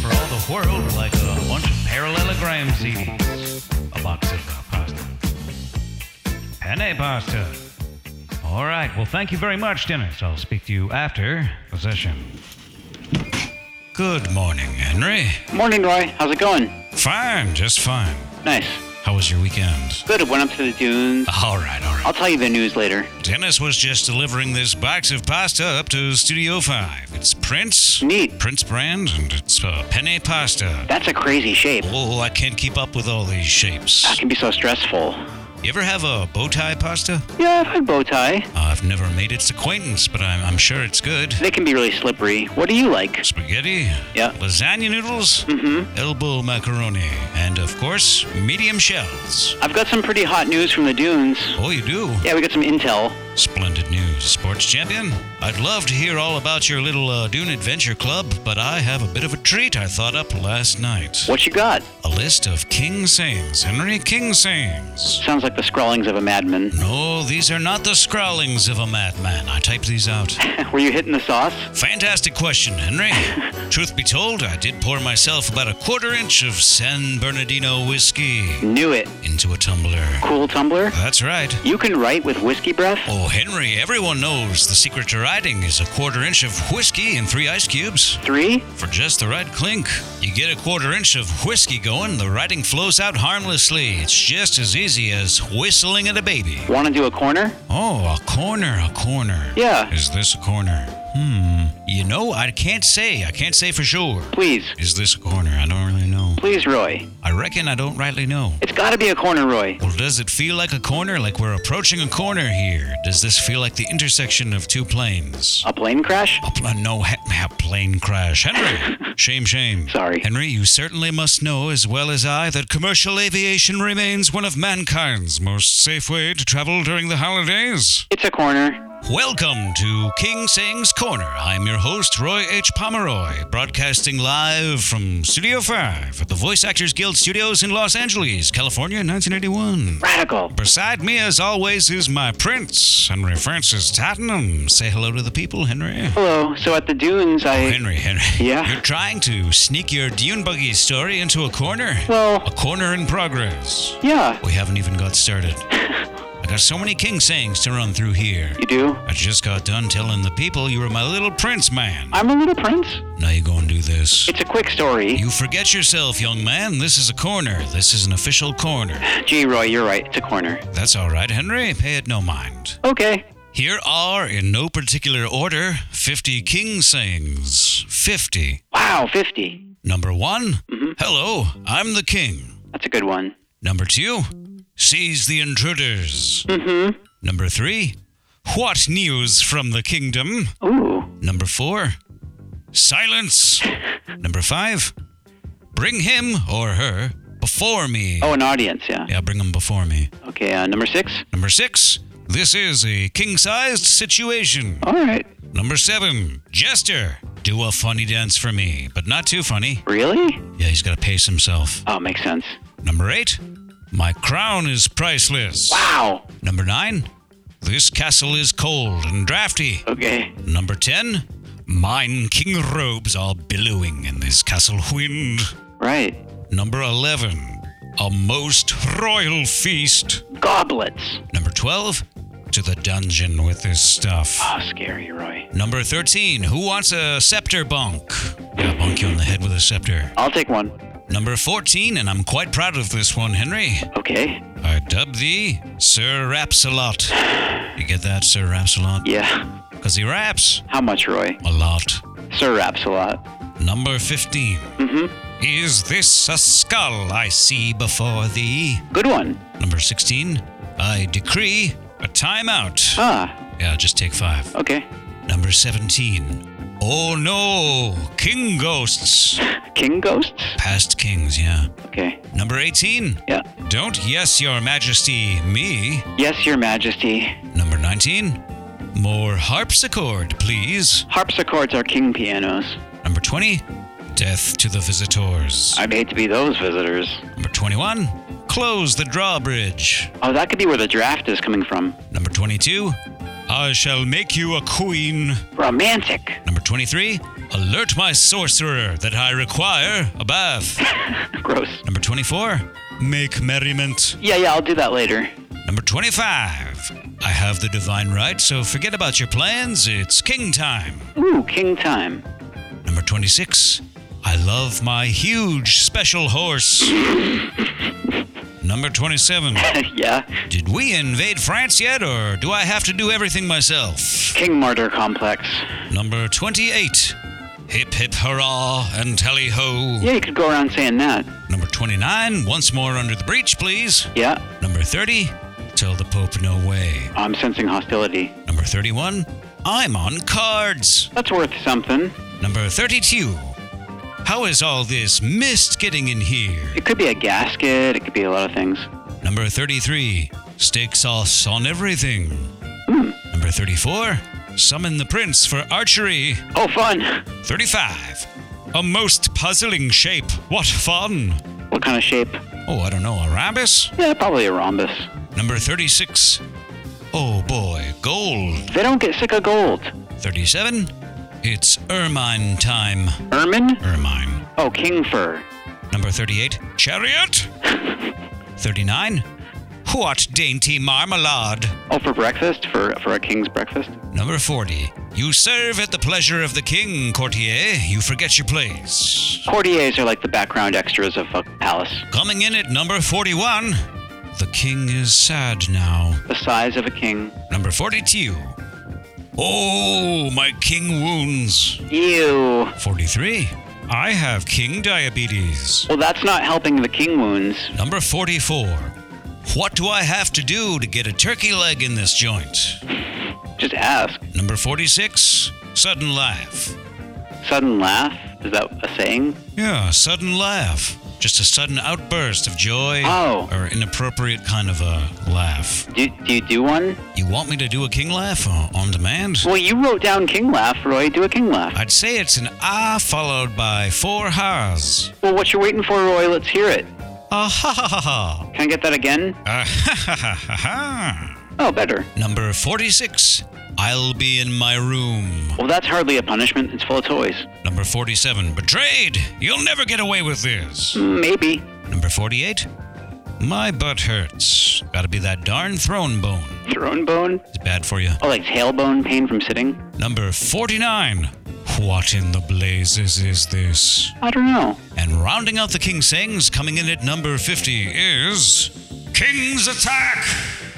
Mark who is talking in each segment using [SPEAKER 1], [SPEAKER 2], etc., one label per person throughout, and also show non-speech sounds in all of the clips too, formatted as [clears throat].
[SPEAKER 1] twirled like a bunch of parallelogram CDs. A box of uh, pasta. Penne pasta. All right. Well, thank you very much, Dennis. I'll speak to you after the session. Good morning, Henry.
[SPEAKER 2] Morning, Roy. How's it going?
[SPEAKER 1] Fine, just fine.
[SPEAKER 2] Nice.
[SPEAKER 1] How was your weekend?
[SPEAKER 2] Good. I went up to the dunes.
[SPEAKER 1] All right, all right.
[SPEAKER 2] I'll tell you the news later.
[SPEAKER 1] Dennis was just delivering this box of pasta up to Studio 5. It's Prince,
[SPEAKER 2] Neat.
[SPEAKER 1] Prince brand, and it's uh, penne pasta.
[SPEAKER 2] That's a crazy shape.
[SPEAKER 1] Oh, I can't keep up with all these
[SPEAKER 2] That
[SPEAKER 1] shapes.
[SPEAKER 2] can be so stressful.
[SPEAKER 1] You ever have a bow tie pasta? Uh,
[SPEAKER 2] Yeah, I've had bow tie.
[SPEAKER 1] I've never made its acquaintance, but I'm, I'm sure it's good.
[SPEAKER 2] They can be really slippery. What do you like?
[SPEAKER 1] Spaghetti,
[SPEAKER 2] Yeah.
[SPEAKER 1] lasagna noodles,
[SPEAKER 2] Mm-hmm.
[SPEAKER 1] elbow macaroni, and of course, medium shells.
[SPEAKER 2] I've got some pretty hot news from the dunes.
[SPEAKER 1] Oh, you do?
[SPEAKER 2] Yeah, we got some intel.
[SPEAKER 1] Splendid news, sports champion. I'd love to hear all about your little uh, Dune Adventure Club, but I have a bit of a treat I thought up last night.
[SPEAKER 2] What you got?
[SPEAKER 1] A list of king sayings, Henry King sayings.
[SPEAKER 2] Sounds like the scrawlings of a madman. [laughs]
[SPEAKER 1] No, these are not the scrawlings of a madman. I typed these out.
[SPEAKER 2] Were you hitting the sauce?
[SPEAKER 1] Fantastic question, Henry. Truth be told, I did pour myself about a quarter inch of San Bernardino whiskey
[SPEAKER 2] Knew it.
[SPEAKER 1] into a tumbler.
[SPEAKER 2] Cool tumbler.
[SPEAKER 1] That's right.
[SPEAKER 2] You can write with whiskey breath.
[SPEAKER 1] Oh, Henry, everyone knows the secret to riding is a quarter inch of whiskey and three ice cubes.
[SPEAKER 2] Three?
[SPEAKER 1] For just the right clink, you get a quarter inch of whiskey going, the riding flows out harmlessly. It's just as easy as whistling at a baby.
[SPEAKER 2] Want to do a corner?
[SPEAKER 1] Oh, a corner, a corner.
[SPEAKER 2] Yeah.
[SPEAKER 1] Is this a corner? Hmm. You know, I can't say. I can't say for sure.
[SPEAKER 2] Please.
[SPEAKER 1] Is this a corner? I don't really know.
[SPEAKER 2] Please, Roy.
[SPEAKER 1] I reckon I don't rightly know.
[SPEAKER 2] It's got to be a corner, Roy.
[SPEAKER 1] Well, does it feel like a corner? Like we're approaching a corner here? Does this feel like the intersection of two planes?
[SPEAKER 2] A plane crash?
[SPEAKER 1] A pl- no, ha- ha- plane crash.
[SPEAKER 2] [laughs]
[SPEAKER 1] Henry! shame, shame.
[SPEAKER 2] Sorry.
[SPEAKER 1] Henry, you certainly must know, as well as I, that commercial aviation remains one of mankind's most safe way to travel during the holidays.
[SPEAKER 2] It's a corner.
[SPEAKER 1] Welcome to King Sings Corner. I'm your host, Roy H. Pomeroy, broadcasting live from Studio 5 at the Voice Actors Guild Studios in Los Angeles, California, 1981.
[SPEAKER 2] Radical.
[SPEAKER 1] Beside me, as always, is my prince, Henry Francis Tattenham. Say hello to the people, Henry.
[SPEAKER 2] Hello. So at the dunes,
[SPEAKER 1] Oh,
[SPEAKER 2] I.
[SPEAKER 1] Henry, Henry.
[SPEAKER 2] Yeah?
[SPEAKER 1] You're trying to sneak your Dune Buggy story into a corner?
[SPEAKER 2] Well,
[SPEAKER 1] A corner in progress.
[SPEAKER 2] yeah.
[SPEAKER 1] We haven't even got started. I got so many King Sayings to run through here.
[SPEAKER 2] You do?
[SPEAKER 1] I just got done telling the people you were my little prince man.
[SPEAKER 2] I'm a little prince.
[SPEAKER 1] Now you go and do this.
[SPEAKER 2] It's a quick story.
[SPEAKER 1] You forget yourself, young man. This is a corner. This is an official corner.
[SPEAKER 2] Gee, Roy, you're right. It's a corner.
[SPEAKER 1] That's all right, Henry. Pay it no mind.
[SPEAKER 2] Okay.
[SPEAKER 1] Here are, in no particular order, 50 king sayings. 50.
[SPEAKER 2] Wow, 50.
[SPEAKER 1] Number one, hello, I'm the king.
[SPEAKER 2] That's a good one.
[SPEAKER 1] Number two, seize the intruders.
[SPEAKER 2] Mm
[SPEAKER 1] Number three, what news from the kingdom?
[SPEAKER 2] hmm. Ooh.
[SPEAKER 1] Number four, silence. Number five, bring him or her before me.
[SPEAKER 2] Oh, an audience, yeah.
[SPEAKER 1] Yeah, bring him before me.
[SPEAKER 2] Okay, uh, number six.
[SPEAKER 1] Number six, this is a king sized situation.
[SPEAKER 2] All right.
[SPEAKER 1] Number seven, jester. Do a funny dance for me, but not too funny.
[SPEAKER 2] Really?
[SPEAKER 1] Yeah, he's got to pace himself.
[SPEAKER 2] Oh, makes sense.
[SPEAKER 1] Number eight, my crown is priceless.
[SPEAKER 2] Wow.
[SPEAKER 1] Number nine, this castle is cold and drafty.
[SPEAKER 2] Okay.
[SPEAKER 1] Number 10, mine king robes are billowing in this castle wind.
[SPEAKER 2] Right.
[SPEAKER 1] Number 11, a most royal feast.
[SPEAKER 2] Goblets.
[SPEAKER 1] Number 12, to the dungeon with this stuff.
[SPEAKER 2] Oh, scary, Roy.
[SPEAKER 1] Number 13, who wants a scepter bunk? I'll bonk you on the head with a scepter.
[SPEAKER 2] I'll take one.
[SPEAKER 1] Number 14, and I'm quite proud of this one, Henry.
[SPEAKER 2] Okay.
[SPEAKER 1] I dub thee Sir Rapsalot. You get that, Sir Rapsalot?
[SPEAKER 2] Yeah.
[SPEAKER 1] Because he raps
[SPEAKER 2] How much, Roy?
[SPEAKER 1] a lot.
[SPEAKER 2] Sir raps a lot.
[SPEAKER 1] Number 15.
[SPEAKER 2] Mhm.
[SPEAKER 1] Is this a skull I see before thee?
[SPEAKER 2] Good one.
[SPEAKER 1] Number 16. I decree a timeout.
[SPEAKER 2] Ah.
[SPEAKER 1] Yeah, just take five.
[SPEAKER 2] Okay.
[SPEAKER 1] Number 17. Oh no, king ghosts.
[SPEAKER 2] King ghosts?
[SPEAKER 1] Past kings, yeah.
[SPEAKER 2] Okay.
[SPEAKER 1] Number 18.
[SPEAKER 2] Yeah.
[SPEAKER 1] Don't yes, your majesty, me.
[SPEAKER 2] Yes, Your Majesty.
[SPEAKER 1] Number 19. More harpsichord, please.
[SPEAKER 2] Harpsichords are king pianos.
[SPEAKER 1] Number 20. Death to the visitors.
[SPEAKER 2] I'd hate to be those visitors.
[SPEAKER 1] Number 21. Close the drawbridge.
[SPEAKER 2] Oh, that could be where the draft is coming from.
[SPEAKER 1] Number 22, I shall make you a queen.
[SPEAKER 2] Romantic. [laughs]
[SPEAKER 1] Number 23, Alert my sorcerer that I require a bath.
[SPEAKER 2] Gross.
[SPEAKER 1] Number 24. Make merriment.
[SPEAKER 2] Yeah, yeah, I'll do that later.
[SPEAKER 1] Number 25. I have the divine right, so forget about your plans. It's king time.
[SPEAKER 2] Ooh, king time. [laughs]
[SPEAKER 1] Number 26. I love my huge special horse. [laughs] Number 27.
[SPEAKER 2] yeah.
[SPEAKER 1] Did we invade France yet, or do I have to do everything myself?
[SPEAKER 2] King martyr complex.
[SPEAKER 1] Number 28. Hip hip hurrah and tally ho.
[SPEAKER 2] Yeah, you could go around saying that.
[SPEAKER 1] Number 29. Once more under the breach, please.
[SPEAKER 2] Yeah.
[SPEAKER 1] Number 30. Tell the Pope no way.
[SPEAKER 2] I'm sensing hostility.
[SPEAKER 1] Number 31. I'm on cards.
[SPEAKER 2] That's worth something.
[SPEAKER 1] Number 32. How is all this mist getting in here?
[SPEAKER 2] It could be a gasket, it could be a lot of things.
[SPEAKER 1] Number 33. Steak sauce on everything. Number 34. Summon the prince for archery.
[SPEAKER 2] Oh, fun! [laughs]
[SPEAKER 1] 35. A most puzzling shape. What fun!
[SPEAKER 2] What kind of shape?
[SPEAKER 1] Oh, I don't know, a rhombus?
[SPEAKER 2] Yeah, probably a rhombus.
[SPEAKER 1] Number 36. Oh boy, gold.
[SPEAKER 2] They don't get sick of gold.
[SPEAKER 1] 37. It's ermine time.
[SPEAKER 2] Ermine?
[SPEAKER 1] Ermine.
[SPEAKER 2] Oh, king fur.
[SPEAKER 1] Number 38. Chariot? 39. What dainty marmalade.
[SPEAKER 2] Oh, for breakfast? For, for a king's breakfast?
[SPEAKER 1] Number 40. You serve at the pleasure of the king, courtier. You forget your place.
[SPEAKER 2] Courtiers are like the background extras of a palace.
[SPEAKER 1] Coming in at number 41. The king is sad now.
[SPEAKER 2] The size of a king.
[SPEAKER 1] Number 42. Oh, my king wounds.
[SPEAKER 2] Ew.
[SPEAKER 1] 43. I have king diabetes.
[SPEAKER 2] Well, that's not helping the king wounds.
[SPEAKER 1] Number 44. What do I have to do to get a turkey leg in this joint?
[SPEAKER 2] Just ask.
[SPEAKER 1] Number 46. Sudden laugh.
[SPEAKER 2] Sudden laugh? Is that a saying?
[SPEAKER 1] Yeah, sudden laugh. Just a sudden outburst of joy
[SPEAKER 2] Oh.
[SPEAKER 1] or inappropriate kind of a laugh.
[SPEAKER 2] Do, do you do one?
[SPEAKER 1] You want me to do a king laugh uh, on demand?
[SPEAKER 2] Well, you wrote down king laugh, Roy. Do a king laugh.
[SPEAKER 1] I'd say it's an ah followed by four ha's.
[SPEAKER 2] Well, what you waiting for, Roy? Let's hear it.
[SPEAKER 1] Ah ha ha ha ha.
[SPEAKER 2] Can I get that again?
[SPEAKER 1] Ah ha ha ha ha ha.
[SPEAKER 2] Oh, better.
[SPEAKER 1] Number 46. I'll be in my room.
[SPEAKER 2] Well, that's hardly a punishment. It's full of toys.
[SPEAKER 1] Number 47. Betrayed! You'll never get away with this.
[SPEAKER 2] Mm, Maybe.
[SPEAKER 1] Number 48. My butt hurts. Gotta be that darn throne bone.
[SPEAKER 2] Throne bone?
[SPEAKER 1] It's bad for you.
[SPEAKER 2] Oh, like tailbone pain from sitting?
[SPEAKER 1] Number 49. What in the blazes is this?
[SPEAKER 2] I don't know.
[SPEAKER 1] And rounding out the King Sings, coming in at number 50 is. King's Attack!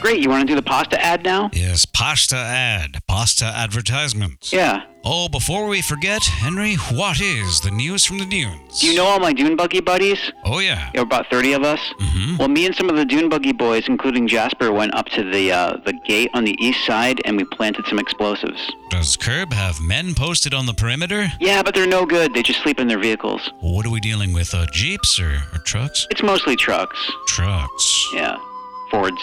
[SPEAKER 2] Great. You want to do the pasta ad now?
[SPEAKER 1] Yes, pasta ad, pasta advertisements.
[SPEAKER 2] Yeah.
[SPEAKER 1] Oh, before we forget, Henry, what is the news from the dunes?
[SPEAKER 2] Do you know all my dune buggy buddies?
[SPEAKER 1] Oh, yeah.
[SPEAKER 2] There were about 30 of us. Well, me and some of the dune buggy boys, including Jasper, went up to the uh, the gate on the east side and we planted some explosives.
[SPEAKER 1] Does Curb have men posted on the perimeter?
[SPEAKER 2] Yeah, but they're no good. They just sleep in their vehicles.
[SPEAKER 1] What are we dealing with? Uh, jeeps or, or trucks?
[SPEAKER 2] It's mostly trucks.
[SPEAKER 1] Trucks.
[SPEAKER 2] Yeah, Fords.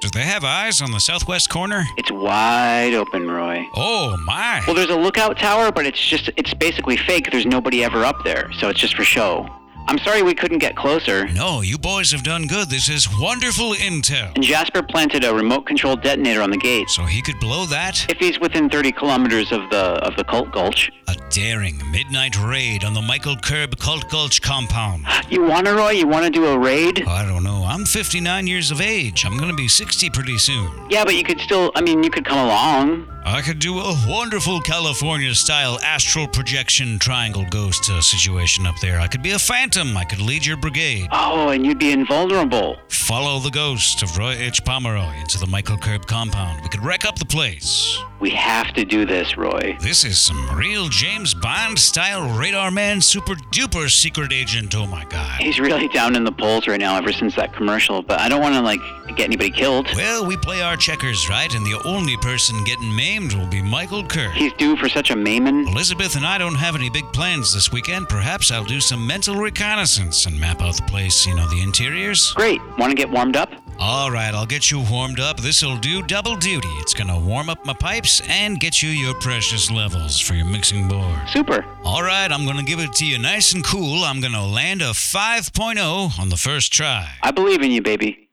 [SPEAKER 1] Do they have eyes on the southwest corner?
[SPEAKER 2] It's wide open, Roy.
[SPEAKER 1] Oh, my.
[SPEAKER 2] Well, there's a lookout tower, but it's just it's basically fake. There's nobody ever up there, so it's just for show. I'm sorry we couldn't get closer.
[SPEAKER 1] No, you boys have done good. This is wonderful intel.
[SPEAKER 2] And Jasper planted a remote-controlled detonator on the gate.
[SPEAKER 1] So he could blow that?
[SPEAKER 2] If he's within 30 kilometers of the of the cult gulch,
[SPEAKER 1] A daring midnight raid on the Michael Curb Cult Gulch compound.
[SPEAKER 2] you wanna Roy? You wanna do a raid?
[SPEAKER 1] I don't know. I'm 59 years of age. I'm going to be 60 pretty soon.
[SPEAKER 2] Yeah, but you could still. I mean, you could come along.
[SPEAKER 1] I could do a wonderful California style astral projection triangle ghost uh, situation up there. I could be a phantom. I could lead your brigade.
[SPEAKER 2] Oh, and you'd be invulnerable.
[SPEAKER 1] Follow the ghost of Roy H. Pomeroy into the Michael Curb compound. We could wreck up the place.
[SPEAKER 2] We have to do this, Roy.
[SPEAKER 1] This is some real James Bond style radar man super duper secret agent. Oh my god.
[SPEAKER 2] He's really [laughs] down in the polls right now ever since that commercial, but I don't want to like get anybody killed.
[SPEAKER 1] Well, we play our checkers, right? And the only person getting maimed will be Michael Curb.
[SPEAKER 2] He's due for such a maimon.
[SPEAKER 1] Elizabeth and I don't have any big plans this weekend. Perhaps I'll do some mental reconnaissance and map out the place, you know, the interiors.
[SPEAKER 2] Great. Want to get warmed up?
[SPEAKER 1] All right, I'll get you warmed up. This'll do double duty. It's gonna warm up my pipes and get you your precious levels for your mixing board.
[SPEAKER 2] Super.
[SPEAKER 1] All right, I'm gonna give it to you nice and cool. I'm gonna land a 5.0 on the first try.
[SPEAKER 2] I believe in you, baby.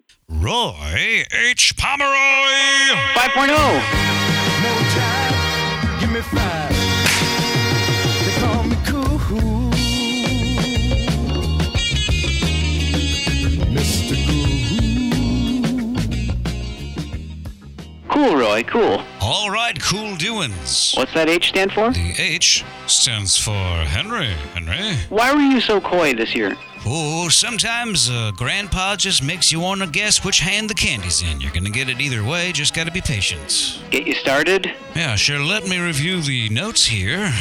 [SPEAKER 1] Roy H. Pomeroy!
[SPEAKER 2] 5.0.
[SPEAKER 3] No jive, give me five. They
[SPEAKER 2] boy, cool.
[SPEAKER 1] All right, cool doings.
[SPEAKER 2] What's that H stand for?
[SPEAKER 1] The H stands for Henry. Henry?
[SPEAKER 2] Why were you so coy this year?
[SPEAKER 1] Oh, sometimes uh, Grandpa just makes you want to guess which hand the candy's in. You're going to get it either way, just got to be patient.
[SPEAKER 2] Get you started?
[SPEAKER 1] Yeah, sure, let me review the notes here.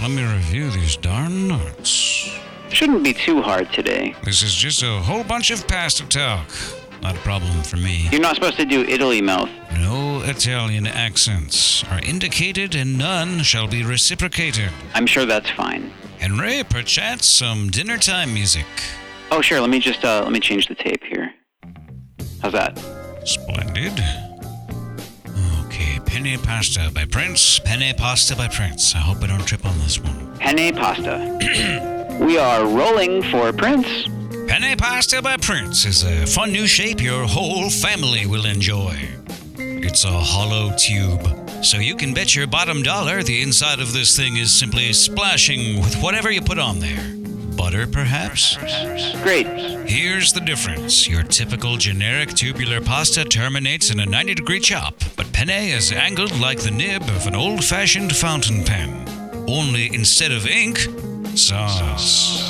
[SPEAKER 1] Let me review these darn notes.
[SPEAKER 2] Shouldn't be too hard today.
[SPEAKER 1] This is just a whole bunch of pasta talk. Not a problem for me.
[SPEAKER 2] You're not supposed to do Italy mouth.
[SPEAKER 1] No Italian accents are indicated, and none shall be reciprocated.
[SPEAKER 2] I'm sure that's fine.
[SPEAKER 1] Henry, perchance some dinner time music.
[SPEAKER 2] Oh, sure. Let me just uh, let me change the tape here. How's that?
[SPEAKER 1] Splendid. Okay, penne pasta by Prince. Penne pasta by Prince. I hope I don't trip on this one.
[SPEAKER 2] Penne pasta. [clears throat] we are rolling for Prince.
[SPEAKER 1] Penne pasta by Prince is a fun new shape your whole family will enjoy. It's a hollow tube, so you can bet your bottom dollar the inside of this thing is simply splashing with whatever you put on there. Butter, perhaps?
[SPEAKER 2] Great.
[SPEAKER 1] Here's the difference. Your typical generic tubular pasta terminates in a 90 degree chop, but penne is angled like the nib of an old fashioned fountain pen. Only instead of ink, sauce.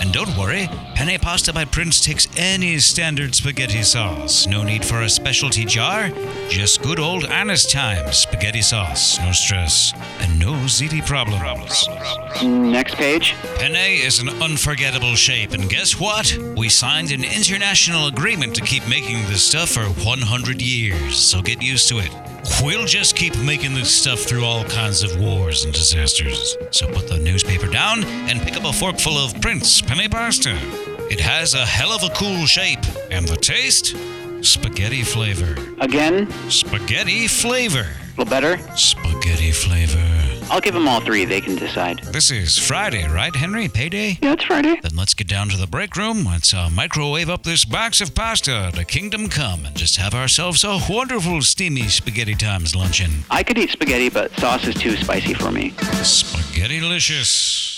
[SPEAKER 1] And don't worry, penne pasta by Prince takes any standard spaghetti sauce. No need for a specialty jar, just good old honest time spaghetti sauce. No stress and no ziti problems.
[SPEAKER 2] Next page.
[SPEAKER 1] Penne is an unforgettable shape, and guess what? We signed an international agreement to keep making this stuff for 100 years, so get used to it. We'll just keep making this stuff through all kinds of wars and disasters. So put the newspaper down and pick up a forkful of Prince Penne Pasta. It has a hell of a cool shape, and the taste? Spaghetti flavor.
[SPEAKER 2] Again,
[SPEAKER 1] Spaghetti flavor.
[SPEAKER 2] a little better.
[SPEAKER 1] Spaghetti flavor.
[SPEAKER 2] I'll give them all three. They can decide.
[SPEAKER 1] This is Friday, right, Henry? Payday?
[SPEAKER 2] Yeah, it's Friday.
[SPEAKER 1] Then let's get down to the break room. Let's uh, microwave up this box of pasta to Kingdom Come and just have ourselves a wonderful steamy Spaghetti Times luncheon.
[SPEAKER 2] I could eat spaghetti, but sauce is too spicy for me.
[SPEAKER 1] Spaghetti Licious.